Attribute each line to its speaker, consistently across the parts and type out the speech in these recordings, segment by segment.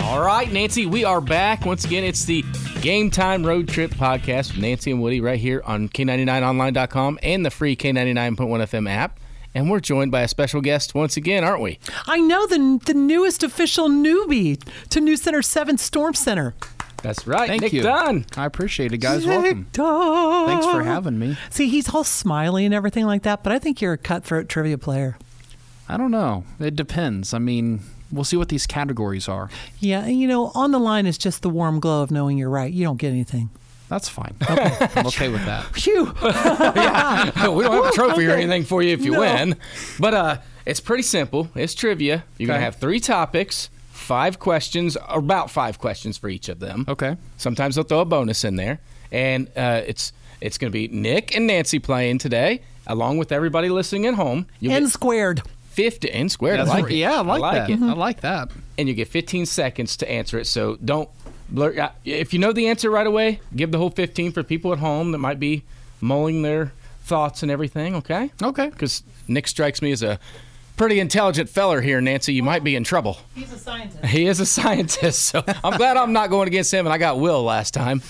Speaker 1: All right, Nancy, we are back. Once again, it's the Game Time Road Trip podcast with Nancy and Woody right here on K99Online.com and the free K99.1 FM app. And we're joined by a special guest once again, aren't we?
Speaker 2: I know the the newest official newbie to New Center Seven Storm Center.
Speaker 1: That's right.
Speaker 3: Thank
Speaker 1: Nick
Speaker 3: you.
Speaker 1: Dunn.
Speaker 3: I appreciate it, guys. Welcome.
Speaker 2: Victor.
Speaker 3: Thanks for having me.
Speaker 2: See, he's all smiley and everything like that, but I think you're a cutthroat trivia player.
Speaker 3: I don't know. It depends. I mean, we'll see what these categories are.
Speaker 2: Yeah, and you know, on the line is just the warm glow of knowing you're right. You don't get anything.
Speaker 3: That's fine. Okay. I'm okay with that.
Speaker 2: Phew.
Speaker 1: we don't have a trophy or anything for you if you
Speaker 2: No.
Speaker 1: win. But uh, it's pretty simple. It's trivia. You're going
Speaker 3: Okay.
Speaker 1: to have three topics, five questions, about five questions for each of them.
Speaker 3: Okay.
Speaker 1: Sometimes they'll throw a bonus in there, and uh, it's it's going to be Nick and Nancy playing today, along with everybody listening at home. You
Speaker 2: N
Speaker 1: get
Speaker 2: squared.
Speaker 1: fifty and squared. I
Speaker 3: That's
Speaker 1: like
Speaker 3: r-
Speaker 1: it.
Speaker 3: Yeah, I like, that. Mm-hmm.
Speaker 1: it.
Speaker 3: I like that.
Speaker 1: And you get fifteen seconds to answer it. So don't blur. uh, If you know the answer right away, give the whole fifteen for people at home that might be mulling their thoughts and everything. Okay.
Speaker 3: Okay.
Speaker 1: Because Nick strikes me as a pretty intelligent feller here, Nancy. You might be in trouble.
Speaker 2: He's a scientist.
Speaker 1: He is a scientist, so I'm glad I'm not going against him. And I got Will last time.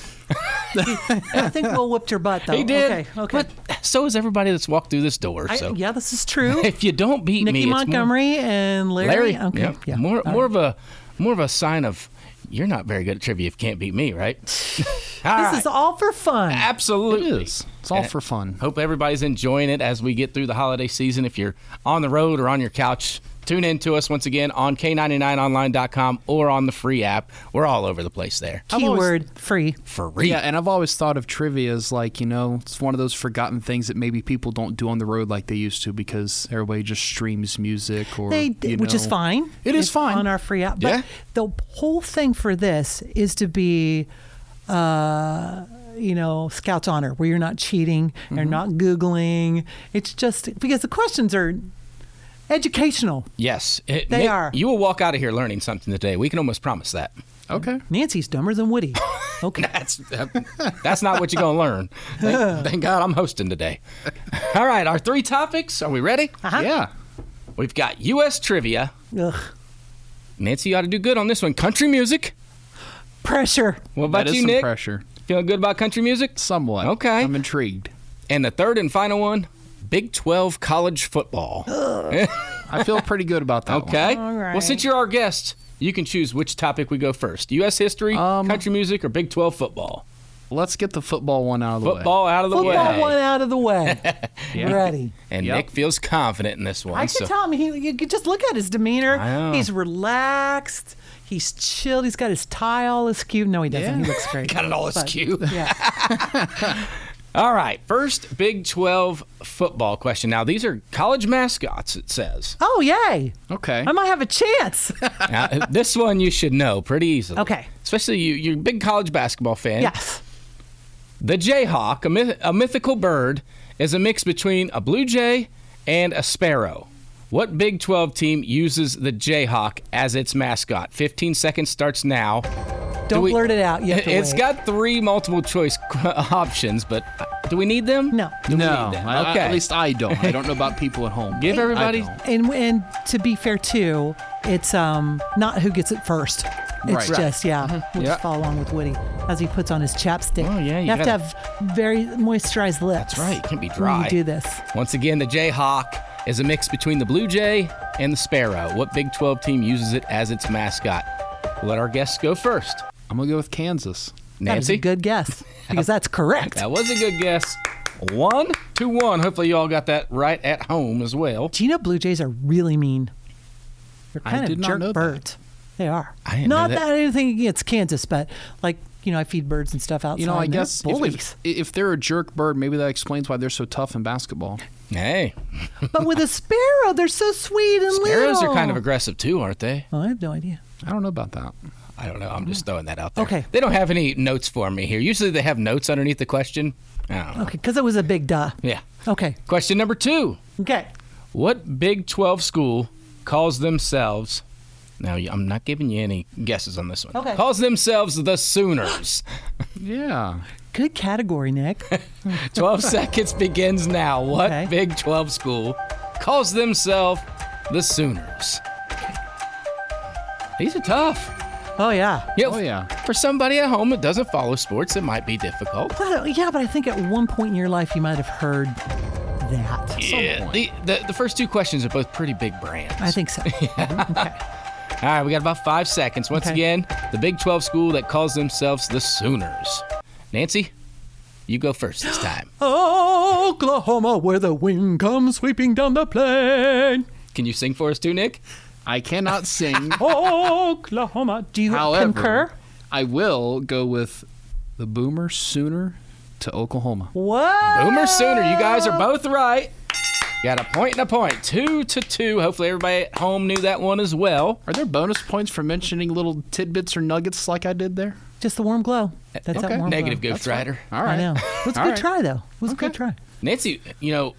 Speaker 2: I think Will whipped your butt though.
Speaker 1: He did.
Speaker 2: Okay. Okay.
Speaker 1: But so is everybody that's walked through this door.
Speaker 2: I-
Speaker 1: so
Speaker 2: yeah, this is true.
Speaker 1: if you don't beat me,
Speaker 2: Nikki
Speaker 1: it's more-
Speaker 2: Montgomery and Larry.
Speaker 1: Larry,
Speaker 2: Okay.
Speaker 1: yeah,
Speaker 2: yeah.
Speaker 1: more
Speaker 2: All
Speaker 1: more
Speaker 2: right.
Speaker 1: of a more of a sign of you're not very good at trivia if you can't beat me, right? this
Speaker 2: This is all for fun.
Speaker 1: absolutely.
Speaker 3: It is. It's all
Speaker 1: And
Speaker 3: for fun.
Speaker 1: Hope everybody's enjoying it as we get through the holiday season. If you're on the road or on your couch, tune in to us once again on K99Online.com or on the free app. We're all over the place there.
Speaker 2: Oh.
Speaker 3: I've always-
Speaker 2: Keyword free.
Speaker 1: For real.
Speaker 3: Yeah, and I've always thought of trivia as like, you know, it's one of those forgotten things that maybe people don't do on the road like they used to because everybody just streams music or
Speaker 2: They,
Speaker 3: you
Speaker 2: which is
Speaker 3: know.
Speaker 2: fine.
Speaker 3: It is
Speaker 2: It's
Speaker 3: fine.
Speaker 2: on our free app. But
Speaker 3: Yeah.
Speaker 2: the whole thing for this is to be, uh, you know, Scout's honor, where you're not cheating, you're not googling. It's just because the questions are educational.
Speaker 1: Yes. It-
Speaker 2: They
Speaker 1: Nick,
Speaker 2: are.
Speaker 1: You will walk out of here learning something today. We can almost promise that.
Speaker 3: Okay.
Speaker 2: Nancy's dumber than Woody. Okay.
Speaker 1: That's that's not what you're gonna learn. Thank, thank God I'm hosting today. All right, our three topics. Are we ready?
Speaker 3: Yeah.
Speaker 1: We've got U.S. trivia.
Speaker 2: Ugh.
Speaker 1: Nancy, you ought to do good on this one. Country music.
Speaker 2: Pressure.
Speaker 1: What
Speaker 3: That
Speaker 1: about
Speaker 3: is
Speaker 1: you,
Speaker 3: some
Speaker 1: Nick?
Speaker 3: pressure.
Speaker 1: Feeling good about country music?
Speaker 3: Somewhat.
Speaker 1: Okay.
Speaker 3: I'm intrigued.
Speaker 1: And the third and final one, Big 12 college football.
Speaker 3: I feel pretty good about that. one.
Speaker 1: Okay.
Speaker 2: All right.
Speaker 1: Well, since you're our guest, you can choose which topic we go first: U.S. history,
Speaker 3: Um,
Speaker 1: country music, or Big 12 football.
Speaker 3: Let's get the football one out of the way.
Speaker 1: Football out of the
Speaker 2: Football
Speaker 1: way.
Speaker 2: one out of the way. Ready.
Speaker 1: And
Speaker 3: Yep.
Speaker 1: Nick feels confident in this one.
Speaker 2: I
Speaker 1: so
Speaker 2: can tell him. He, you could just look at his demeanor.
Speaker 1: I know.
Speaker 2: He's relaxed. He's chilled. He's got his tie all askew. No, he doesn't. He looks great.
Speaker 1: got it all askew.
Speaker 2: Yeah.
Speaker 1: All right. First Big 12 football question. Now, these are college mascots, it says.
Speaker 2: Oh, yay.
Speaker 3: Okay.
Speaker 2: I might have a chance.
Speaker 1: Now, this one you should know pretty easily.
Speaker 2: Okay.
Speaker 1: Especially you, you're a big college basketball fan.
Speaker 2: yes.
Speaker 1: The jayhawk, a, myth- a mythical bird, is a mix between a blue jay and a sparrow. What Big 12 team uses the jayhawk as its mascot? 15 seconds starts now.
Speaker 2: Don't
Speaker 1: we-
Speaker 2: blurt it out. You have to
Speaker 1: It's
Speaker 2: wait.
Speaker 1: got three multiple choice options, but uh, do we need them?
Speaker 2: No.
Speaker 1: Do we
Speaker 3: No,
Speaker 1: need them?
Speaker 3: I- I-
Speaker 1: okay.
Speaker 3: at least I don't. I don't know about people at home.
Speaker 1: Give
Speaker 3: I
Speaker 1: everybody-
Speaker 3: don't.
Speaker 2: And and to be fair too, it's um not who gets it first. It's
Speaker 3: Right.
Speaker 2: just yeah. We'll
Speaker 1: Mm-hmm. Yeah.
Speaker 2: just follow along with Woody as he puts on his chapstick.
Speaker 1: Oh, yeah, you gotta-
Speaker 2: have to have very moisturized lips.
Speaker 1: That's right, you can't be
Speaker 2: When
Speaker 1: dry.
Speaker 2: you do this.
Speaker 1: Once again, the jayhawk is a mix between the blue jay and the sparrow. What Big 12 team uses it as its mascot? Let our guests go first.
Speaker 3: I'm gonna go with Kansas.
Speaker 2: That was a
Speaker 1: Nancy?
Speaker 2: good guess because that's correct.
Speaker 1: That was a good guess. One to one. Hopefully, you all got that right at home as well.
Speaker 2: Do you know Blue Jays are really mean? They're
Speaker 3: I
Speaker 2: kind
Speaker 3: did
Speaker 2: of
Speaker 3: not
Speaker 2: jerk
Speaker 3: know that.
Speaker 2: birds. They are.
Speaker 1: I didn't know
Speaker 2: not
Speaker 1: that.
Speaker 2: anything against Kansas, but like you know, I feed birds and stuff outside.
Speaker 3: You know, I
Speaker 2: and they're
Speaker 3: guess if,
Speaker 2: bullies.
Speaker 3: if, if they're a jerk bird, maybe that explains why they're so tough in basketball.
Speaker 1: Hey,
Speaker 2: but with a sparrow, they're so sweet and little.
Speaker 1: sparrows are kind of aggressive too, aren't they?
Speaker 2: Well, I have no idea.
Speaker 3: I don't know about that.
Speaker 1: I don't know. I'm just throwing that out there.
Speaker 2: Okay.
Speaker 1: They don't have any notes for me here. Usually they have notes underneath the question. I don't know.
Speaker 2: Okay, because it was a big duh.
Speaker 1: Yeah.
Speaker 2: Okay.
Speaker 1: Question number two.
Speaker 2: Okay.
Speaker 1: What Big 12 school calls themselves? Now, you- I'm not giving you any guesses on this one.
Speaker 2: Okay.
Speaker 1: Calls themselves the Sooners.
Speaker 3: Yeah.
Speaker 2: Good category, Nick.
Speaker 1: 12 seconds begins now. What
Speaker 2: Okay.
Speaker 1: Big 12 school calls themselves the Sooners? These are tough.
Speaker 2: Oh yeah.
Speaker 1: You know,
Speaker 3: Oh, yeah.
Speaker 1: For somebody at home that doesn't follow sports, it might be difficult.
Speaker 2: Well, yeah, but I think at one point in your life you might have heard that.
Speaker 1: Yeah, the, the, the first two questions are both pretty big brands.
Speaker 2: I think so.
Speaker 1: All right, we got about five seconds. Once
Speaker 2: Okay.
Speaker 1: again, the Big 12 school that calls themselves the Sooners. Nancy, you go first this time.
Speaker 2: Oklahoma, where the wind comes sweeping down the plain.
Speaker 1: Can you sing for us too, Nick?
Speaker 3: I cannot sing.
Speaker 2: Oklahoma. Do Oh, you
Speaker 3: However,
Speaker 2: concur?
Speaker 3: I will go with the Boomer Sooner to Oklahoma.
Speaker 2: What?
Speaker 1: Boomer Sooner, you guys are both right. Got a point and a point, two to two. Hopefully, everybody at home knew that one as well.
Speaker 3: Are there bonus points for mentioning little tidbits or nuggets like I did there?
Speaker 2: Just the warm glow. Oh, That's that
Speaker 3: Okay.
Speaker 2: warm
Speaker 1: Negative
Speaker 2: glow.
Speaker 1: Ghost Rider.
Speaker 3: All
Speaker 2: I
Speaker 3: right.
Speaker 2: know. It was a
Speaker 3: All
Speaker 2: good
Speaker 3: right.
Speaker 2: try, though. It was a good
Speaker 3: Okay.
Speaker 2: try.
Speaker 1: Nancy, you know,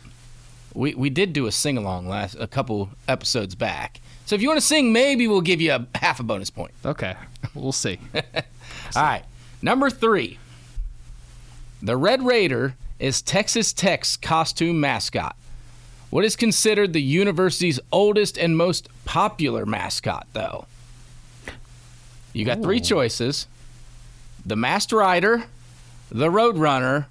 Speaker 1: we, we did do a sing along last a couple episodes back. So if you want to sing, maybe we'll give you a half a bonus point.
Speaker 3: Okay. We'll see.
Speaker 1: All right. Number three. The Red Raider is Texas Tech's costume mascot. What is considered the university's oldest and most popular mascot, though? You got three choices the Masked Rider, the Road Runner,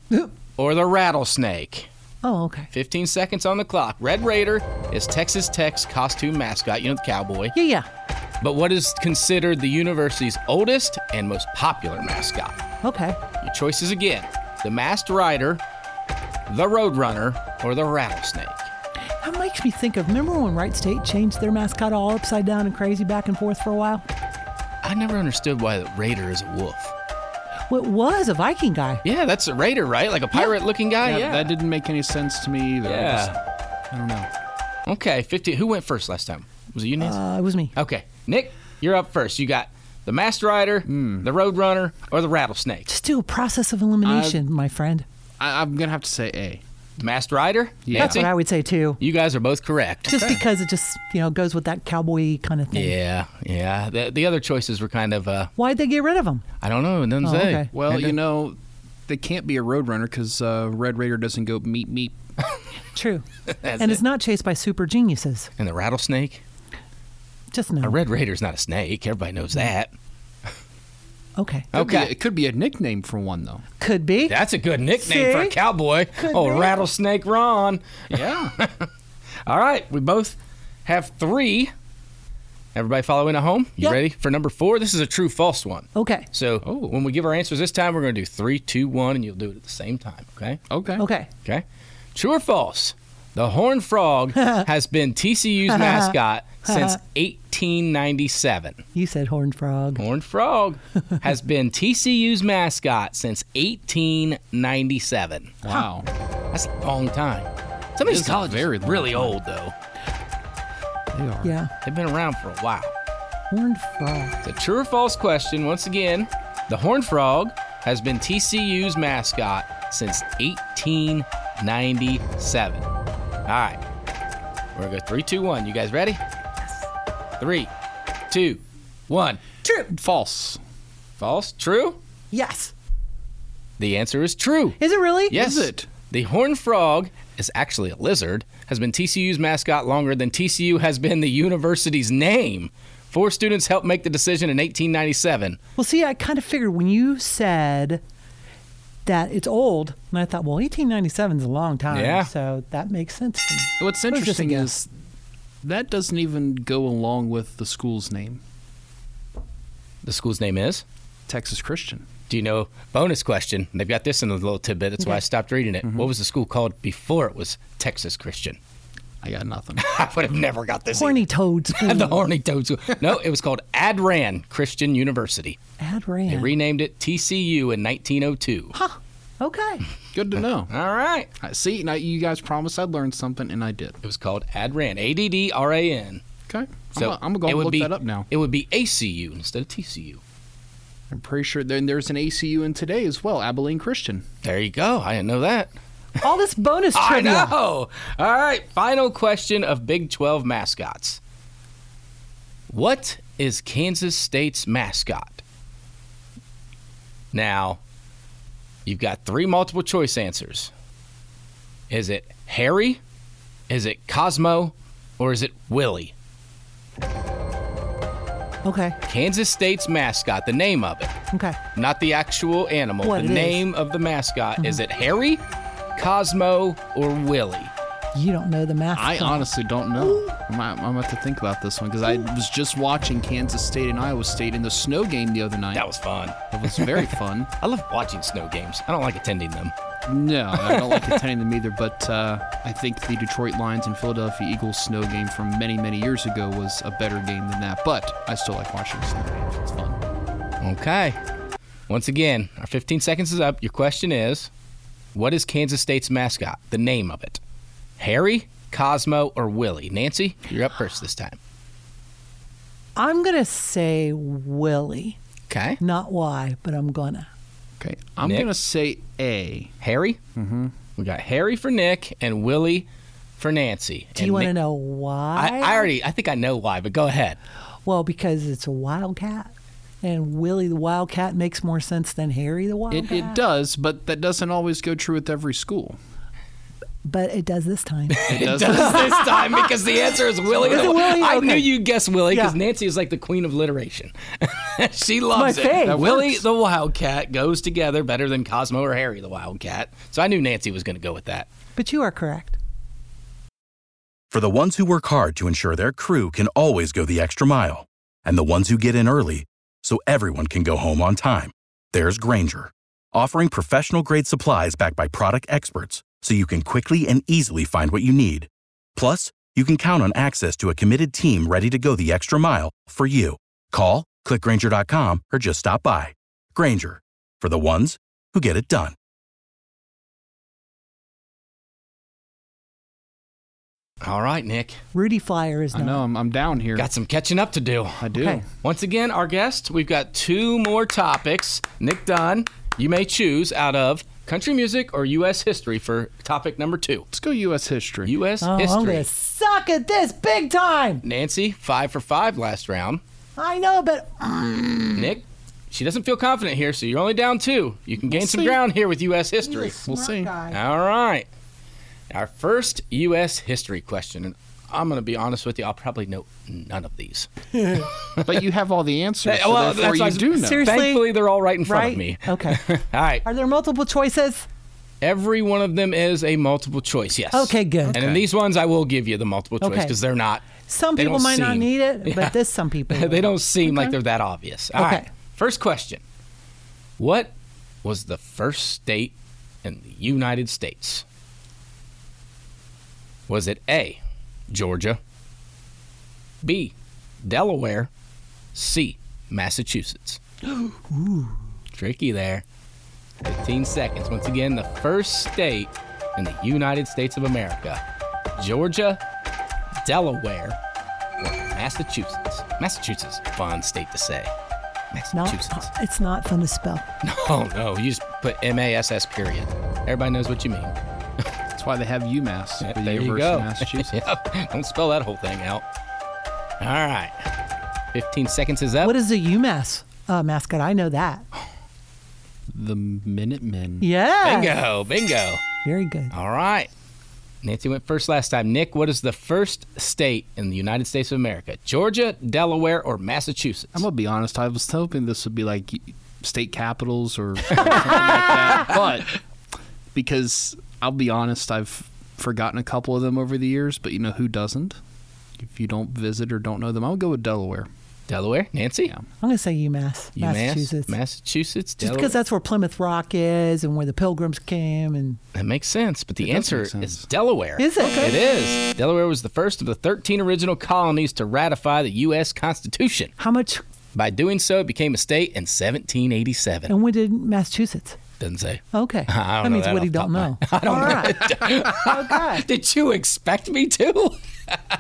Speaker 1: or the Rattlesnake.
Speaker 2: Oh, okay.
Speaker 1: 15 seconds on the clock. Red Raider is Texas Tech's costume mascot, you know, the cowboy.
Speaker 2: Yeah, yeah.
Speaker 1: But what is considered the university's oldest and most popular mascot?
Speaker 2: Okay.
Speaker 1: Your choices again the Masked Rider, the Roadrunner, or the Rattlesnake.
Speaker 2: That makes me think of remember when Wright State changed their mascot all upside down and crazy back and forth for a while?
Speaker 1: I never understood why the Raider is a wolf.
Speaker 2: Well, it was a Viking guy.
Speaker 1: Yeah, that's a Raider, right? Like a pirate looking guy? Yeah.
Speaker 3: That didn't make any sense to me either. I just-
Speaker 1: yeah.
Speaker 3: I don't know.
Speaker 1: Okay, 50. Who went first last time? Was it you, Nancy?
Speaker 2: Uh, it was me.
Speaker 1: okay, Nick, you're up first. You got the Masked Rider,
Speaker 2: Hmm.
Speaker 1: the Roadrunner, or the Rattlesnake?
Speaker 2: Just do a process of elimination,
Speaker 3: Uh,
Speaker 2: my friend.
Speaker 3: I, I'm going to have to say A.
Speaker 1: The Masked Rider?
Speaker 3: Yeah.
Speaker 2: That's
Speaker 1: Nancy?
Speaker 2: what I would say too.
Speaker 1: you guys are both correct.
Speaker 2: Just because it just you know goes with that cowboy kind of thing.
Speaker 1: yeah, yeah. The, the other choices were kind of, uh,
Speaker 2: Why'd they get rid of him?
Speaker 1: I don't know, it doesn't
Speaker 2: Oh,
Speaker 1: say.
Speaker 2: okay.
Speaker 3: Well, you know, they can't be a roadrunner because uh, Red Raider doesn't go meep meep.
Speaker 2: True. and it's not chased by super geniuses.
Speaker 1: And the Rattlesnake?
Speaker 2: Just no.
Speaker 1: A red raider's not a snake. Everybody knows that.
Speaker 2: okay.
Speaker 3: Could be-
Speaker 1: Okay.
Speaker 3: it could be a nickname for one, though.
Speaker 2: Could be.
Speaker 1: That's a good nickname for a
Speaker 2: See?
Speaker 1: cowboy. oh,
Speaker 2: be.
Speaker 1: Rattlesnake Ron.
Speaker 3: Yeah.
Speaker 1: All right, we both have three. Everybody following at home? You
Speaker 2: Yep.
Speaker 1: ready for number four? This is a true false one.
Speaker 2: okay.
Speaker 1: So
Speaker 3: Oh.
Speaker 1: when we give our answers this time, we're going to do three, two, one, and you'll do it at the same time, okay?
Speaker 3: okay.
Speaker 2: Okay.
Speaker 1: Okay. True or false? The horned frog has been TCU's mascot since 1897.
Speaker 2: You said horned frog.
Speaker 1: Horned Frog has been TCU's mascot since 1897.
Speaker 3: Wow.
Speaker 1: That's a long time. Some of these
Speaker 3: This is a
Speaker 1: colleges
Speaker 3: very
Speaker 1: are
Speaker 3: long
Speaker 1: really
Speaker 3: time.
Speaker 1: old, though.
Speaker 3: They are.
Speaker 2: Yeah.
Speaker 1: They've been around for a while.
Speaker 2: Horned frog.
Speaker 1: It's a true or false question. Once again, the Horned Frog has been TCU's mascot since 1897. All right. We're going to go three, two, one. You guys ready? Three, two, one.
Speaker 2: True.
Speaker 3: False.
Speaker 1: False? True?
Speaker 2: Yes.
Speaker 1: The answer is true.
Speaker 2: Is it really?
Speaker 1: Yes.
Speaker 3: Is it?
Speaker 1: The horned frog is actually a lizard, has been TCU's mascot longer than TCU has been the university's name. Four students helped make the decision in 1897.
Speaker 2: Well, see, I kind of figured when you said that it's old, and I thought, well, 1897 is a long time.
Speaker 1: Yeah.
Speaker 2: So that makes sense to me.
Speaker 3: What's
Speaker 2: It was just a
Speaker 3: interesting
Speaker 2: guess.
Speaker 3: is that doesn't even go along with the school's name,
Speaker 1: The school's name is?
Speaker 3: Texas Christian.
Speaker 1: Do you know? Bonus question. They've got
Speaker 2: Mm-hmm.
Speaker 1: this in a little tidbit. That's why I stopped reading it. What was the school called before it was Texas Christian?
Speaker 3: I got nothing.
Speaker 1: I would have never got this.
Speaker 2: Horny toad
Speaker 1: either.
Speaker 2: school.
Speaker 1: The Horny Toad School. No, it was called Adran Christian University. They
Speaker 2: Adran.
Speaker 1: renamed it TCU in 1902.
Speaker 2: Huh. Okay.
Speaker 3: Good to know.
Speaker 1: All right.
Speaker 3: I- See, now you guys promised I'd learn something, and I did.
Speaker 1: It was called Adran. A D D R A N.
Speaker 3: Okay.
Speaker 1: So
Speaker 3: I'm, gonna- I'm
Speaker 1: it
Speaker 3: gonna go
Speaker 1: would
Speaker 3: look
Speaker 1: be-
Speaker 3: that up now.
Speaker 1: It would be ACU instead of TCU.
Speaker 3: I'm pretty sure then there's an ACU in today as well, Abilene Christian.
Speaker 1: There you go. I didn't know that.
Speaker 2: All this bonus trivia.
Speaker 1: I know. All right. Final question of Big 12 mascots. What is Kansas State's mascot? Now, you've got three multiple choice answers. Is it Harry? Is it Cosmo? Or is it Willie?
Speaker 2: Okay.
Speaker 1: Kansas State's mascot, the name of it,
Speaker 2: Okay.
Speaker 1: not the actual animal.
Speaker 2: What
Speaker 1: the
Speaker 2: it is. Uh-huh.
Speaker 1: name of the mascot. Is it Harry, Cosmo, or Willie?
Speaker 2: You don't know the math.
Speaker 3: I honestly don't know. I'm, I'm about to think about this one because I was just watching Kansas State and Iowa State in the snow game the other night.
Speaker 1: That was fun.
Speaker 3: It was very fun.
Speaker 1: I love watching snow games. I don't like attending them.
Speaker 3: No, I don't like attending them either, but uh, I think the Detroit Lions and Philadelphia Eagles snow game from many, many years ago was a better game than that, but I still like watching the snow games. It's fun.
Speaker 1: Okay. Once again, our 15 seconds is up. Your question is What is Kansas State's mascot? The name of it Harry, Cosmo, or Willie? Nancy, you're up first this time.
Speaker 2: I'm going to say Willie.
Speaker 1: Okay.
Speaker 2: Not why, but I'm going to.
Speaker 3: Okay, I'm
Speaker 1: Nick?
Speaker 3: going to say A.
Speaker 1: Harry? Mm-hmm. We got Harry for Nick and Willie for Nancy.
Speaker 2: Do you want to know why?
Speaker 1: I, I already, I think I know why, but go ahead.
Speaker 2: Well, because it's a wildcat. And Willie the wildcat makes more sense than Harry the wildcat.
Speaker 3: It, it does, but that doesn't always go true with every school.
Speaker 2: But it does this time.
Speaker 3: It does.
Speaker 1: Does this time because the answer is Willie.
Speaker 2: Is it
Speaker 1: the-
Speaker 2: Willie?
Speaker 1: I
Speaker 2: Okay.
Speaker 1: knew you'd guess Willie because
Speaker 2: Yeah.
Speaker 1: Nancy is like the queen of alliteration. she loves
Speaker 2: my
Speaker 1: it.
Speaker 2: fave. That
Speaker 1: Willie the Wildcat goes together better than Cosmo or Harry the Wildcat. So I knew Nancy was going to go with that.
Speaker 2: but you are correct.
Speaker 4: For the ones who work hard to ensure their crew can always go the extra mile, and the ones who get in early so everyone can go home on time, there's Granger, offering professional grade supplies backed by product experts so you can quickly and easily find what you need. Plus, you can count on access to a committed team ready to go the extra mile for you. Call, clickgranger.com, or just stop by. Granger, for the ones who get it done.
Speaker 1: All right, Nick.
Speaker 2: Rudy Flyer is
Speaker 3: I
Speaker 2: not.
Speaker 3: know, I'm, I'm down here.
Speaker 1: Got some catching up to do.
Speaker 3: I do.
Speaker 2: Okay.
Speaker 1: Once again, our guest, we've got two more topics. Nick Dunn, you may choose out of country music or U.S. history for topic number two.
Speaker 3: Let's go U.S. history.
Speaker 1: U.S.
Speaker 2: Oh, I'm
Speaker 1: history.
Speaker 2: going to suck at this big time.
Speaker 1: Nancy, five for five last round.
Speaker 2: I know, but
Speaker 1: Nick, she doesn't feel confident here, so you're only down two. You can gain some
Speaker 3: see.
Speaker 1: ground here with U.S. history.
Speaker 3: we'll see.
Speaker 1: All right. Our first U.S. history question. And I'm going to be honest with you, I'll probably know none of these.
Speaker 3: But you have all the answers, so
Speaker 1: Well,
Speaker 3: therefore
Speaker 1: that's why I
Speaker 3: you
Speaker 1: was-
Speaker 3: do know.
Speaker 2: Seriously?
Speaker 1: Thankfully, they're all right in front
Speaker 2: right?
Speaker 1: of me.
Speaker 2: Okay.
Speaker 1: All right.
Speaker 2: Are there multiple choices?
Speaker 1: Every one of them is a multiple choice, yes.
Speaker 2: Okay, good.
Speaker 1: And in these ones, I will give you the multiple choice
Speaker 2: Okay.
Speaker 1: because they're not,
Speaker 2: Some
Speaker 1: They
Speaker 2: people
Speaker 1: don't
Speaker 2: might not
Speaker 1: seem-
Speaker 2: need it,
Speaker 1: Yeah.
Speaker 2: but this some people.
Speaker 1: they
Speaker 2: will.
Speaker 1: don't Ah, seem like they're that obvious. All right.
Speaker 2: Okay.
Speaker 1: First question What was the first state in the United States? Was it A, Georgia, B, Delaware, C, Massachusetts? Tricky there. 15 seconds. Once again, the first state in the United States of America Georgia, Delaware, or Massachusetts. Massachusetts, fun state to say.
Speaker 2: Not,
Speaker 1: Massachusetts.
Speaker 2: it's not fun to spell.
Speaker 1: Oh no, you just put M A S S period. Everybody knows what you mean.
Speaker 3: That's why they have UMass, the
Speaker 1: there you
Speaker 3: University
Speaker 1: go.
Speaker 3: of Massachusetts.
Speaker 1: Yep. Don't spell that whole thing out. All right. 15 seconds is up.
Speaker 2: What is a UMass uh, mascot? I know that.
Speaker 3: The Minutemen.
Speaker 2: Yeah.
Speaker 1: bingo, bingo.
Speaker 2: Very good.
Speaker 1: All right. Nancy went first last time. Nick, what is the first state in the United States of America? Georgia, Delaware, or Massachusetts?
Speaker 3: I'm gonna be honest. I was hoping this would be like state capitals or, or something like that, but because I'll be honest, I've forgotten a couple of them over the years. But you know who doesn't? If you don't visit or don't know them, I'll go with Delaware.
Speaker 1: Delaware, Nancy,
Speaker 3: Yeah.
Speaker 2: I'm going to say UMass,
Speaker 1: UMass,
Speaker 2: Massachusetts.
Speaker 1: Massachusetts,
Speaker 2: Just
Speaker 1: Delaware.
Speaker 2: because that's where Plymouth Rock is and where the Pilgrims came, and
Speaker 1: That makes sense, but the
Speaker 3: It does
Speaker 1: answer
Speaker 3: make
Speaker 1: is
Speaker 3: sense.
Speaker 1: Delaware.
Speaker 2: Is it? Okay.
Speaker 1: It is. Delaware was the first of the 13 original colonies to ratify the U.S. Constitution.
Speaker 2: how much?
Speaker 1: By doing so, it became a state in 1787.
Speaker 2: And when did Massachusetts?
Speaker 1: Doesn't say.
Speaker 2: Okay,
Speaker 1: I don't
Speaker 2: that
Speaker 1: know
Speaker 2: means
Speaker 1: that
Speaker 2: Woody
Speaker 1: off the
Speaker 2: don't know. I don't know. okay.
Speaker 1: Did you expect me to?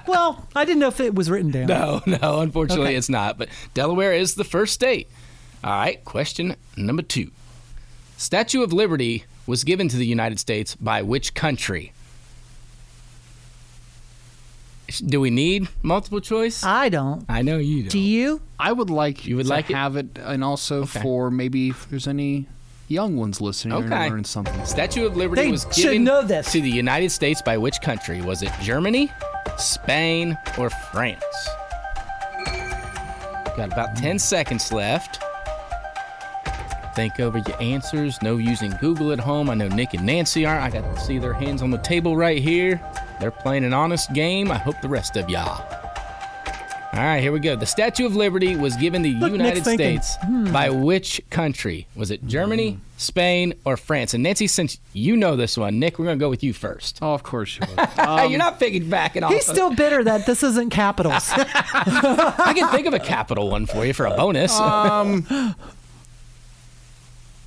Speaker 2: Well, I didn't know if it was written down.
Speaker 1: No, no, unfortunately
Speaker 2: Okay.
Speaker 1: it's not. But Delaware is the first state. All right, question number two. Statue of Liberty was given to the United States by which country? Do we need multiple choice?
Speaker 2: I don't.
Speaker 1: I know you do.
Speaker 2: Do you?
Speaker 3: I would like
Speaker 1: You would
Speaker 3: to
Speaker 1: like it?
Speaker 3: have it, and also for maybe if there's any young ones listening okay.
Speaker 1: Okay.
Speaker 3: and learn something.
Speaker 1: Statue of Liberty
Speaker 2: They
Speaker 1: was
Speaker 2: should
Speaker 1: given
Speaker 2: know this.
Speaker 1: to the United States by which country? Was it Germany, Spain, or France? Got about
Speaker 2: Hmm.
Speaker 1: 10 seconds left. Think over your answers. No using Google at home. I know Nick and Nancy are. I got to see their hands on the table right here. They're playing an honest game. I hope the rest of y'all. All right, here we go. The Statue of Liberty was given the
Speaker 2: Look,
Speaker 1: United
Speaker 2: Nick's thinking.
Speaker 1: States by which country? Was it Germany, Spain, or France? And Nancy, since you know this one, Nick, we're going to go with you first.
Speaker 3: Oh, of course you would.
Speaker 1: hey, you're not picking back at all.
Speaker 2: He's still bitter that this isn't capitals.
Speaker 1: I can think of a capital one for you for a bonus.
Speaker 3: Uh,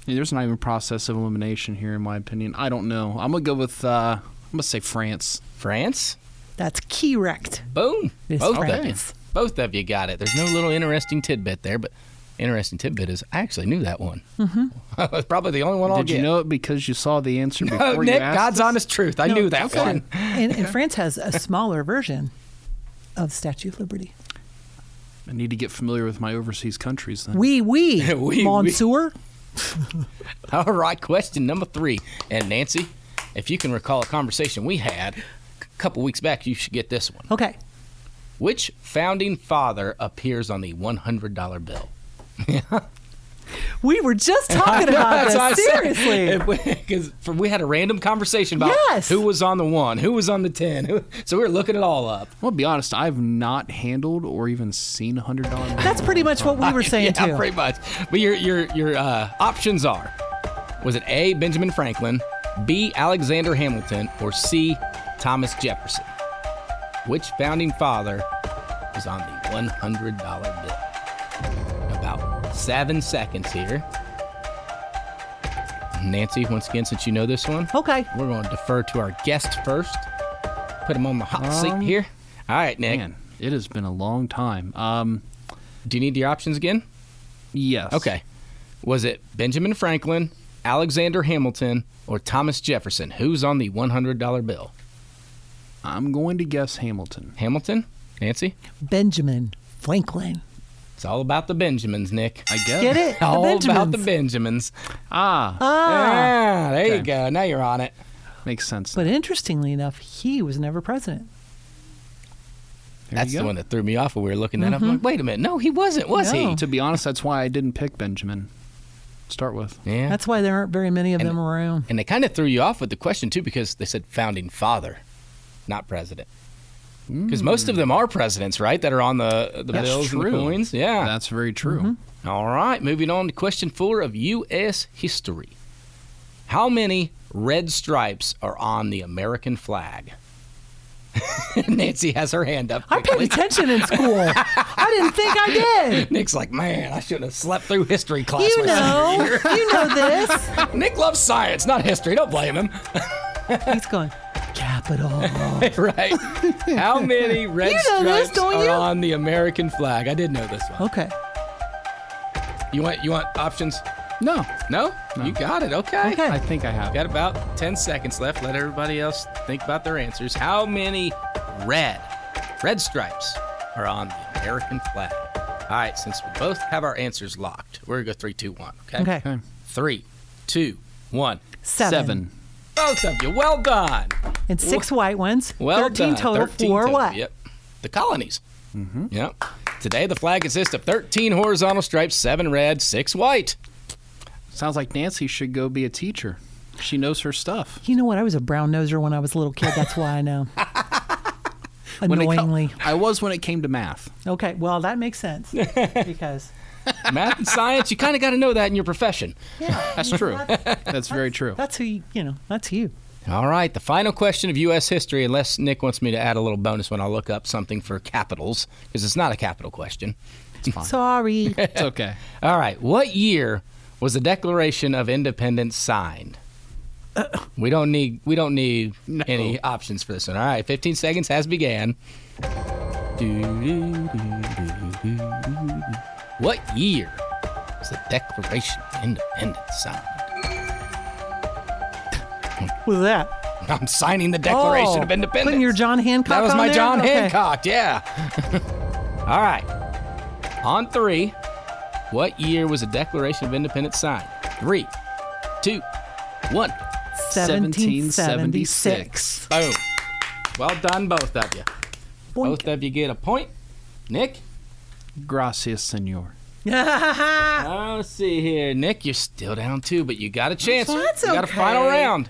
Speaker 3: Yeah, there's not even a process of elimination here, in my opinion. I don't know. I'm gonna go with. Uh, I'm gonna say France.
Speaker 1: France.
Speaker 2: That's key wrecked.
Speaker 1: Boom.
Speaker 2: It's
Speaker 1: Both of you.
Speaker 2: France.
Speaker 1: Both of you got it. There's no little interesting tidbit there, but interesting tidbit is I actually knew that one. Mm-hmm. That's probably the only one I'll
Speaker 3: Did you
Speaker 1: get.
Speaker 3: know it because you saw the answer
Speaker 1: Oh,
Speaker 3: before
Speaker 1: Nick,
Speaker 3: you asked?
Speaker 1: God's
Speaker 3: us?
Speaker 1: honest truth. I knew that one.
Speaker 2: And, and France has a smaller version of Statue of Liberty.
Speaker 3: I need to get familiar with my overseas countries then.
Speaker 2: We we
Speaker 1: Oui, oui.
Speaker 2: Monsieur.
Speaker 1: All right, question number three. And Nancy, if you can recall a conversation we had a couple weeks back, you should get this one.
Speaker 2: Okay.
Speaker 1: Which founding father appears on the $100 bill?
Speaker 2: We were just talking about this. Seriously.
Speaker 1: Because we had a random conversation about
Speaker 2: Yes.
Speaker 1: who was on the one, who was on the 10. Who, so we were looking it all up.
Speaker 3: I'll be honest. I've not handled or even seen a hundred dollar.
Speaker 2: That's pretty much what we were saying
Speaker 1: yeah,
Speaker 2: too.
Speaker 1: pretty much. But your, your, your uh, options are was it A, Benjamin Franklin, B, Alexander Hamilton, or C, Thomas Jefferson? Which founding father is on the $100 bill? About seven seconds here. Nancy, once again, since you know this one,
Speaker 2: Okay.
Speaker 1: we're going to defer to our guest first. Put him on the hot seat
Speaker 3: Um,
Speaker 1: here. All right, Nick.
Speaker 3: Man, it has been a long time. Um,
Speaker 1: Do you need your options again?
Speaker 3: yes.
Speaker 1: Okay. Was it Benjamin Franklin, Alexander Hamilton, or Thomas Jefferson? Who's on the $100 bill?
Speaker 3: I'm going to guess Hamilton.
Speaker 1: Hamilton? Nancy?
Speaker 2: Benjamin Franklin.
Speaker 1: It's all about the Benjamins, Nick.
Speaker 3: I guess.
Speaker 2: Get it? The
Speaker 1: all about the Benjamins.
Speaker 2: Benjamins.
Speaker 3: Ah,
Speaker 2: Ah.
Speaker 1: Ah, there you
Speaker 3: Okay.
Speaker 1: go. Now you're on it.
Speaker 3: makes sense.
Speaker 2: But interestingly enough, he was never president.
Speaker 3: There
Speaker 1: That's the
Speaker 3: you go. Mm-hmm.
Speaker 1: one that threw me off when we were looking that up. I'm like, wait a minute. No, he wasn't, was
Speaker 2: No.
Speaker 3: To be honest, that's why I didn't pick Benjamin. to Start with.
Speaker 1: he? Yeah.
Speaker 2: That's why there aren't very many of
Speaker 1: And-
Speaker 2: them around.
Speaker 1: and they kind of threw you off with the question, too, because they said founding father, not president. Because most of them are presidents, right? That are on the, the
Speaker 3: Mm. That's
Speaker 1: bills
Speaker 3: true.
Speaker 1: and the coins. Yeah.
Speaker 3: That's very true.
Speaker 1: All right, moving on to question four of U.S. history. How many red stripes are on the American flag? Nancy has her hand up.
Speaker 2: I paid
Speaker 1: quickly.
Speaker 2: attention in school. I didn't think I did.
Speaker 1: Nick's like, man, I should have slept through history class.
Speaker 2: You
Speaker 1: my senior
Speaker 2: know, you know this.
Speaker 1: year." Nick loves science, not history. Don't blame him.
Speaker 2: He's going, capital.
Speaker 1: right. How many red
Speaker 2: You know this,
Speaker 1: stripes
Speaker 2: don't
Speaker 1: are
Speaker 2: you?
Speaker 1: on the American flag? I did know this one.
Speaker 2: Okay.
Speaker 1: You want you want options?
Speaker 3: No,
Speaker 1: No? You got it.
Speaker 2: Okay.
Speaker 3: I think I have.
Speaker 1: Got about 10 seconds left. Let everybody else think about their answers. How many red, red stripes are on the American flag? All right, since we both have our answers locked, we're going to go three, two, one. Okay?
Speaker 2: Okay.
Speaker 3: Okay.
Speaker 1: Three, two, one.
Speaker 2: Seven.
Speaker 1: Both of you, well done.
Speaker 2: And six white ones.
Speaker 1: Well
Speaker 2: 13
Speaker 1: done.
Speaker 2: total.
Speaker 1: 13
Speaker 2: for
Speaker 1: total.
Speaker 2: what?
Speaker 1: Yep. The colonies. Mm-hmm. Yep. Today, the flag consists of 13 horizontal stripes, seven red, six white.
Speaker 3: Sounds like Nancy should go be a teacher. She knows her stuff.
Speaker 2: You know what? I was a brown noser when I was a little kid. That's why I know.
Speaker 3: When it co-
Speaker 2: Annoyingly.
Speaker 3: I was when it came to math.
Speaker 2: Okay, well that makes sense because
Speaker 1: Math and science, you kind of got to know that in your profession.
Speaker 2: yeah,
Speaker 3: That's true. That's very true.
Speaker 2: that's who you, you know. That's you.
Speaker 1: All right, the final question of U.S. history, unless Nick wants me to add a little bonus when I'll look up something for capitals, because it's not a capital question.
Speaker 2: Sorry.
Speaker 3: It's okay.
Speaker 1: All right, what year was the Declaration of Independence signed? We don't need we don't need any options for this one. All right, 15 seconds has began. Do, do, do, do, do, do. What year was the Declaration of Independence signed?
Speaker 2: Was that
Speaker 1: I'm signing the Declaration
Speaker 2: Oh,
Speaker 1: of Independence.
Speaker 2: Putting your John Hancock.
Speaker 1: That was
Speaker 2: on
Speaker 1: my
Speaker 2: there?
Speaker 1: John
Speaker 2: Okay.
Speaker 1: Hancock, yeah. All right. On three, what year was the Declaration of Independence signed? Three, two, one.
Speaker 2: 1776.
Speaker 1: Boom. Well done, both of you.
Speaker 2: Boink.
Speaker 1: Both of you get a point. Nick?
Speaker 3: Gracias, senor.
Speaker 1: Oh, let's see here. Nick, you're still down two, but you got a chance.
Speaker 2: That's
Speaker 1: you got a final
Speaker 2: okay.
Speaker 1: round.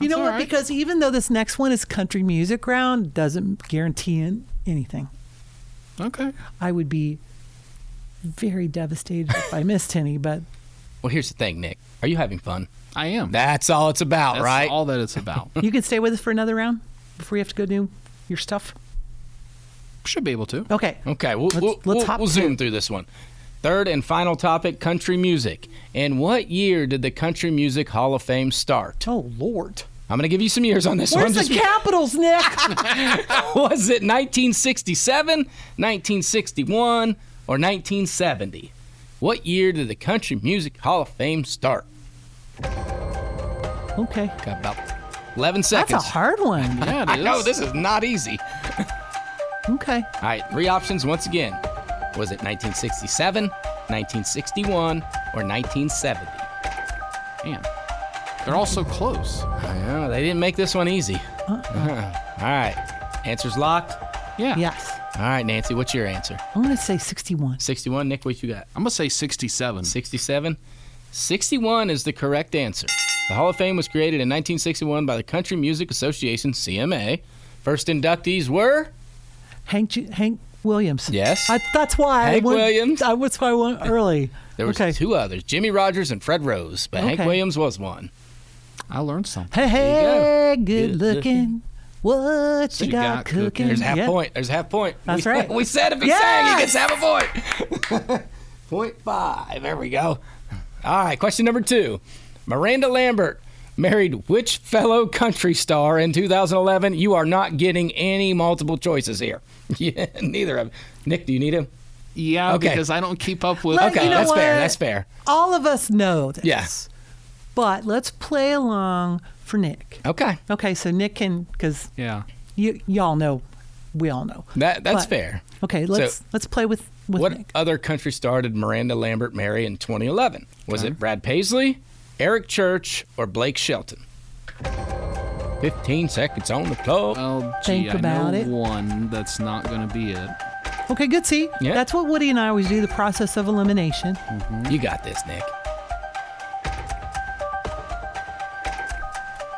Speaker 2: You know
Speaker 3: all
Speaker 2: what?
Speaker 3: right.
Speaker 2: Because even though this next one is country music round, doesn't guarantee an- anything.
Speaker 3: Okay.
Speaker 2: I would be very devastated if I missed any, but
Speaker 1: Well, here's the thing, Nick. Are you having fun?
Speaker 3: I am.
Speaker 1: That's all it's about,
Speaker 3: That's
Speaker 1: right?
Speaker 3: all that it's about.
Speaker 2: you can stay with us for another round before you have to go do your stuff.
Speaker 3: Should be able to.
Speaker 2: Okay.
Speaker 1: Okay, we'll,
Speaker 2: Let's-
Speaker 1: we'll,
Speaker 2: let's
Speaker 1: we'll,
Speaker 2: hop
Speaker 1: we'll zoom
Speaker 2: to-
Speaker 1: through this one. Third and final topic country music. In what year did the Country Music Hall of Fame start?
Speaker 2: Oh Lord.
Speaker 1: I'm going to give you some years on this
Speaker 2: Where's
Speaker 1: one.
Speaker 2: the capitals, Nick?
Speaker 1: was it 1967, 1961, or 1970? What year did the Country Music Hall of Fame start?
Speaker 2: okay.
Speaker 1: Got about 11
Speaker 2: That's a
Speaker 1: seconds.
Speaker 2: hard one.
Speaker 3: Yeah, it
Speaker 1: I
Speaker 3: is.
Speaker 1: know this is not easy.
Speaker 2: Okay.
Speaker 1: All right, three options once again. Was it 1967, 1961, or 1970?
Speaker 3: Man, they're all so close.
Speaker 1: I know, they didn't make this one easy.
Speaker 2: Uh-uh.
Speaker 1: All right, answer's locked.
Speaker 3: Yeah.
Speaker 2: Yes.
Speaker 1: All right, Nancy, what's your answer?
Speaker 2: I'm gonna say sixty-one.
Speaker 1: 61. Nick, what you got?
Speaker 3: I'm gonna say 67.
Speaker 1: 67. 61 is the correct answer. The Hall of Fame was created in 1961 by the Country Music Association, CMA. First inductees were
Speaker 2: Hank Ju- Hank Williams.
Speaker 1: Yes.
Speaker 2: I, that's why
Speaker 1: Hank
Speaker 2: I went,
Speaker 1: Williams.
Speaker 2: I, that's why I went early.
Speaker 1: there was
Speaker 2: okay.
Speaker 1: two others, Jimmy Rogers and Fred Rose, but Hank
Speaker 2: Okay.
Speaker 1: Williams was one.
Speaker 3: I learned something.
Speaker 2: Hey, hey, good,
Speaker 1: Good
Speaker 2: looking. What you,
Speaker 3: you
Speaker 2: got,
Speaker 3: got cooking.
Speaker 2: cooking?
Speaker 1: There's a half
Speaker 2: Yeah.
Speaker 1: point. There's a half point.
Speaker 2: That's
Speaker 1: we,
Speaker 2: right.
Speaker 1: We said if he sang, he gets half a point. point five. There we go. All right. Question number two. Miranda Lambert married which fellow country star in 2011? You are not getting any multiple choices here. Yeah, neither of them. Nick, do you need him?
Speaker 3: Yeah,
Speaker 1: Okay.
Speaker 3: because I don't keep up with.
Speaker 2: Let-
Speaker 1: Okay,
Speaker 2: You know
Speaker 1: that's fair.
Speaker 2: what?
Speaker 1: That's fair.
Speaker 2: All of us know this.
Speaker 1: Yes.
Speaker 2: But let's play along for Nick.
Speaker 1: Okay.
Speaker 2: Okay, so Nick can, because
Speaker 3: Yeah.
Speaker 2: you y'all know, we all know.
Speaker 1: That that's
Speaker 2: But-
Speaker 1: fair.
Speaker 2: Okay, let's let's play with with
Speaker 1: what
Speaker 2: Nick.
Speaker 1: other country star did Miranda Lambert marry in 2011? Was it Brad Paisley, Eric Church, or Blake Shelton? 15 seconds on the clock.
Speaker 3: Well,
Speaker 2: Think
Speaker 3: gee, I
Speaker 2: about
Speaker 3: know
Speaker 2: it.
Speaker 3: one that's not gonna be it.
Speaker 2: Okay, good. See,
Speaker 1: Yeah.
Speaker 2: that's what Woody and I always do. The process of elimination.
Speaker 1: you got this, Nick.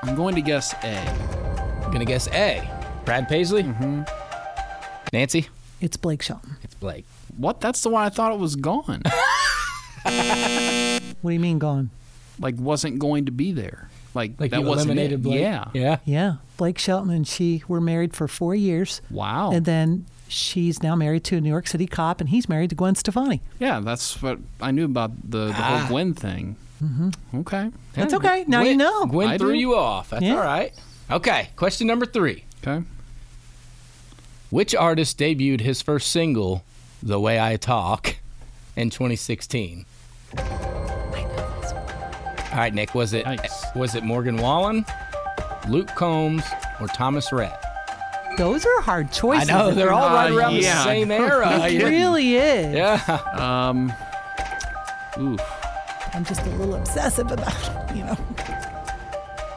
Speaker 3: I'm going to guess A.
Speaker 1: I'm going to guess A. Brad Paisley? Mm-hmm. Nancy?
Speaker 2: It's Blake Shelton.
Speaker 1: It's Blake.
Speaker 3: What? That's the one I thought it was gone.
Speaker 2: What do you mean gone?
Speaker 3: like wasn't going to be there. Like,
Speaker 1: Like
Speaker 3: that
Speaker 1: you
Speaker 3: wasn't
Speaker 1: eliminated
Speaker 3: it.
Speaker 1: Blake.
Speaker 3: Yeah.
Speaker 1: Yeah.
Speaker 2: Yeah, Blake Shelton and she were married for four years,
Speaker 3: Wow.
Speaker 2: and then she's now married to a New York City cop, and he's married to Gwen Stefani.
Speaker 3: yeah, that's what I knew about the, the
Speaker 2: Ah.
Speaker 3: whole Gwen thing. Mm-hmm. Okay.
Speaker 2: That's okay. Now you know.
Speaker 1: Hmm. Gwen
Speaker 3: I
Speaker 1: threw
Speaker 3: do.
Speaker 1: you off. That's
Speaker 2: Yeah.
Speaker 1: all right. Okay. Question number three.
Speaker 3: Okay.
Speaker 1: Which artist debuted his first single, The Way I Talk, in 2016? All right, Nick, was it
Speaker 3: Nice.
Speaker 1: was it Morgan Wallen, Luke Combs, or Thomas Rhett?
Speaker 2: Those are hard
Speaker 1: I
Speaker 2: choices.
Speaker 1: know
Speaker 2: if
Speaker 1: they're
Speaker 2: you're
Speaker 1: all
Speaker 2: not-
Speaker 1: right around the
Speaker 3: yeah.
Speaker 1: same era.
Speaker 2: It
Speaker 1: yeah.
Speaker 2: really is.
Speaker 1: Yeah.
Speaker 3: Um, oof.
Speaker 2: I'm just a little obsessive about it, you know.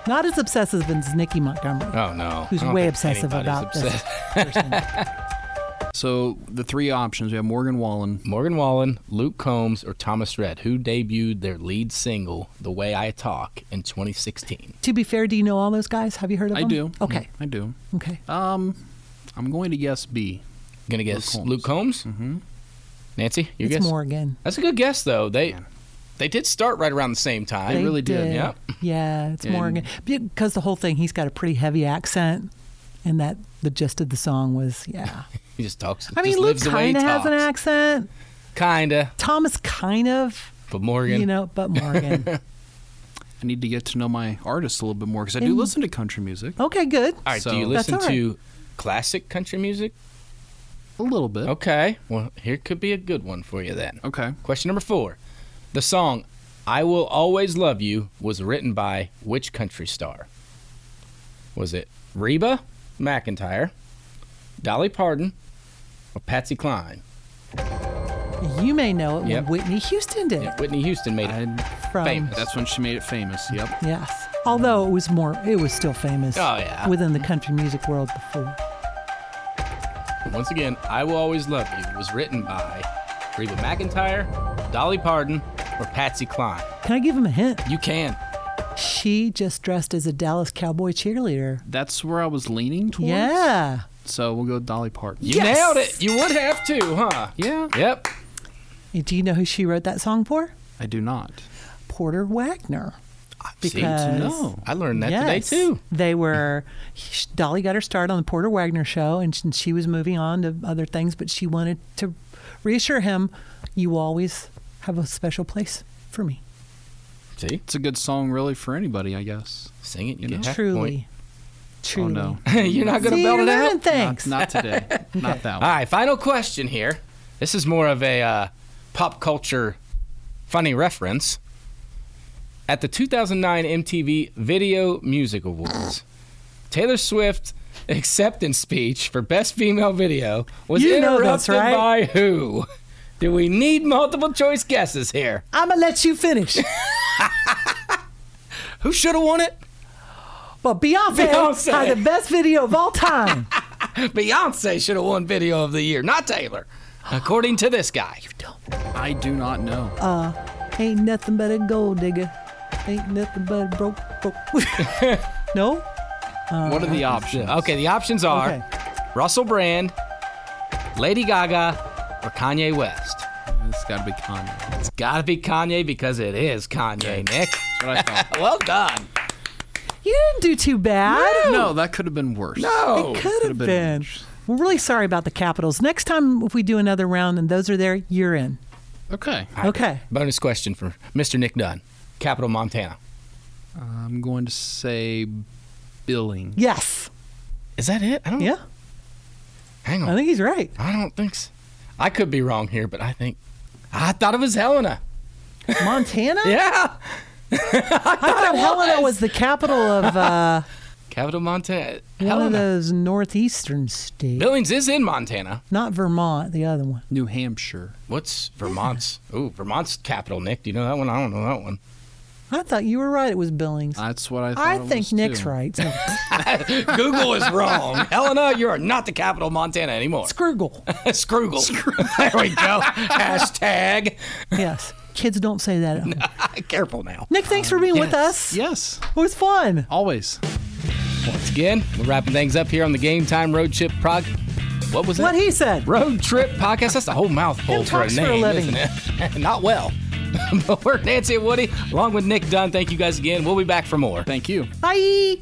Speaker 2: Not as obsessive as Nikki Montgomery,
Speaker 1: Oh no.
Speaker 2: who's
Speaker 1: I don't
Speaker 2: way
Speaker 1: think
Speaker 2: obsessive
Speaker 1: anybody's
Speaker 2: about
Speaker 1: obsessed.
Speaker 2: this. person.
Speaker 3: So the three options we have Morgan Wallen.
Speaker 1: Morgan Wallen, Luke Combs, or Thomas Rhett, who debuted their lead single "The Way I Talk" in 2016.
Speaker 2: to be fair, do you know all those guys? Have you heard of
Speaker 3: I
Speaker 2: them?
Speaker 3: do.
Speaker 2: Okay.
Speaker 3: I do.
Speaker 2: Okay.
Speaker 3: Um, I'm going to guess B.
Speaker 1: Gonna guess
Speaker 3: Combs.
Speaker 1: Luke Combs. Mm-hmm. Nancy, your
Speaker 2: it's
Speaker 1: guess.
Speaker 2: Morgan.
Speaker 1: That's a good guess though. They they did start right around the same time.
Speaker 3: They really did,
Speaker 1: yeah.
Speaker 2: Yeah, it's
Speaker 3: And-
Speaker 2: Morgan. Because the whole thing, he's got a pretty heavy accent, and that the gist of the song was, yeah.
Speaker 1: He just talks.
Speaker 2: I mean,
Speaker 1: just
Speaker 2: Luke
Speaker 1: lives the way he
Speaker 2: kind of has an
Speaker 1: talks.
Speaker 2: accent.
Speaker 1: Kinda,
Speaker 2: Thomas kind of,
Speaker 1: but Morgan.
Speaker 2: you know, but Morgan.
Speaker 3: I need to get to know my artists a little bit more because I do
Speaker 2: And-
Speaker 3: listen to country music
Speaker 2: okay, good.
Speaker 1: all right. do
Speaker 3: So-
Speaker 1: you
Speaker 2: That's
Speaker 1: listen
Speaker 2: all right.
Speaker 1: to classic country music?
Speaker 3: a little bit.
Speaker 1: Okay. Well, here could be a good one for you then.
Speaker 3: Okay.
Speaker 1: Question number four: The song "I Will Always Love You" was written by which country star? Was it Reba McIntyre, Dolly Parton, or Patsy Cline?
Speaker 2: You may know it when
Speaker 1: Yep.
Speaker 2: Whitney Houston did.
Speaker 1: Yeah, Whitney Houston made it.
Speaker 3: I,
Speaker 2: From,
Speaker 1: famous.
Speaker 3: that's when she made it famous. Yep.
Speaker 2: Yes. Although it was more, it was still famous
Speaker 1: Oh, yeah.
Speaker 2: within the country music world before.
Speaker 1: Once again, I Will Always Love You was written by Reba McIntyre, Dolly Parton, or Patsy Cline.
Speaker 2: Can I give him a hint?
Speaker 1: You can.
Speaker 2: She just dressed as a Dallas Cowboy cheerleader.
Speaker 3: That's where I was leaning towards.
Speaker 2: Yeah.
Speaker 3: So we'll go with Dolly Parton.
Speaker 1: You
Speaker 2: Yes!
Speaker 1: nailed it. You would have to, huh?
Speaker 3: Yeah.
Speaker 1: Yep.
Speaker 2: And Do you know who she wrote that song for?
Speaker 3: I do not.
Speaker 2: Porter Wagner.
Speaker 1: See,
Speaker 2: Because
Speaker 3: No.
Speaker 1: I learned that
Speaker 2: Yes.
Speaker 1: today too.
Speaker 2: They were sh- Dolly got her start on the Porter Wagner show, and she- she was moving on to other things, but she wanted to reassure him, "You always have a special place for me."
Speaker 1: See,
Speaker 3: It's a good song, really, for anybody, I guess.
Speaker 1: sing it. You
Speaker 3: You
Speaker 1: get
Speaker 3: know?
Speaker 1: half a point. Oh,
Speaker 2: Truly, truly.
Speaker 3: no.
Speaker 1: You're not gonna
Speaker 2: See,
Speaker 1: belt
Speaker 2: you're
Speaker 1: it out.
Speaker 2: learning things.
Speaker 3: Not today. Not that
Speaker 1: All
Speaker 3: one.
Speaker 1: right, final question here. This is more of a uh, pop culture funny reference. At the 2009 MTV Video Music Awards, Taylor Swift acceptance speech for Best Female Video was
Speaker 2: You know
Speaker 1: interrupted
Speaker 2: that's right.
Speaker 1: by who? Do we need multiple choice guesses here?
Speaker 2: I'm gonna let you finish.
Speaker 1: Who should have won it?
Speaker 2: But Beyonce,
Speaker 1: Beyonce.
Speaker 2: had the best video of all time.
Speaker 1: Beyonce should have won Video of the Year, not Taylor, according to this guy.
Speaker 3: I do not know.
Speaker 2: Ain't nothing but a gold digger. Ain't nothing but a broke, broke. no?
Speaker 3: what are the options?
Speaker 1: Okay, the options are
Speaker 2: Okay.
Speaker 1: Russell Brand, Lady Gaga, or Kanye West.
Speaker 3: It's got to be Kanye. That's
Speaker 1: It's gotta be Kanye because it is Kanye, Nick.
Speaker 3: what I thought.
Speaker 1: Well done.
Speaker 2: You didn't do too bad.
Speaker 3: no, that could have been worse.
Speaker 1: No.
Speaker 2: Could have
Speaker 3: Oh, been
Speaker 2: been. We're really sorry about the Capitals. Next time, if we do another round and those are there, you're in.
Speaker 3: Okay.
Speaker 2: Okay.
Speaker 1: Bonus question for Mr. Nick Dunn, Capital, Montana.
Speaker 3: I'm going to say Billing.
Speaker 2: Yes.
Speaker 1: Is that it? I don't.
Speaker 2: Yeah.
Speaker 1: Hang on.
Speaker 2: I think he's right.
Speaker 1: I don't think so. I could be wrong here, but I think I thought it was Helena.
Speaker 2: Montana?
Speaker 1: Yeah.
Speaker 2: I thought Helena was the capital of uh,
Speaker 1: Capital, Montana.
Speaker 2: one of
Speaker 1: Helena.
Speaker 2: those northeastern states.
Speaker 1: Billings is in Montana.
Speaker 2: Not Vermont, the other one.
Speaker 3: New Hampshire.
Speaker 1: What's Vermont's? Ooh, Vermont's capital, Nick. Do you know that one? I don't know that one.
Speaker 2: I thought you were right. It was Billings.
Speaker 3: That's what I thought.
Speaker 2: I
Speaker 3: it
Speaker 2: think
Speaker 3: was,
Speaker 2: Nick's
Speaker 3: too.
Speaker 2: right.
Speaker 1: Google is wrong. Helena, you are not the capital of Montana anymore.
Speaker 2: Skruggle.
Speaker 1: Scroogle. there we go. Hashtag.
Speaker 2: Yes. Kids don't say that. at home.
Speaker 1: Careful now.
Speaker 2: Nick, thanks for being with us.
Speaker 3: Yes.
Speaker 2: It was fun.
Speaker 3: Always.
Speaker 1: Once again, we're wrapping things up here on the Game Time Road Trip Prog. What was
Speaker 2: What
Speaker 1: it?
Speaker 2: he said.
Speaker 1: Road Trip Podcast. That's a whole mouthful
Speaker 2: Who
Speaker 1: for a
Speaker 2: talks for a
Speaker 1: name,
Speaker 2: living?
Speaker 1: isn't it? not well. but we're Nancy and Woody, along with Nick Dunn. Thank you guys again. We'll be back for more.
Speaker 3: Thank you.
Speaker 2: Bye.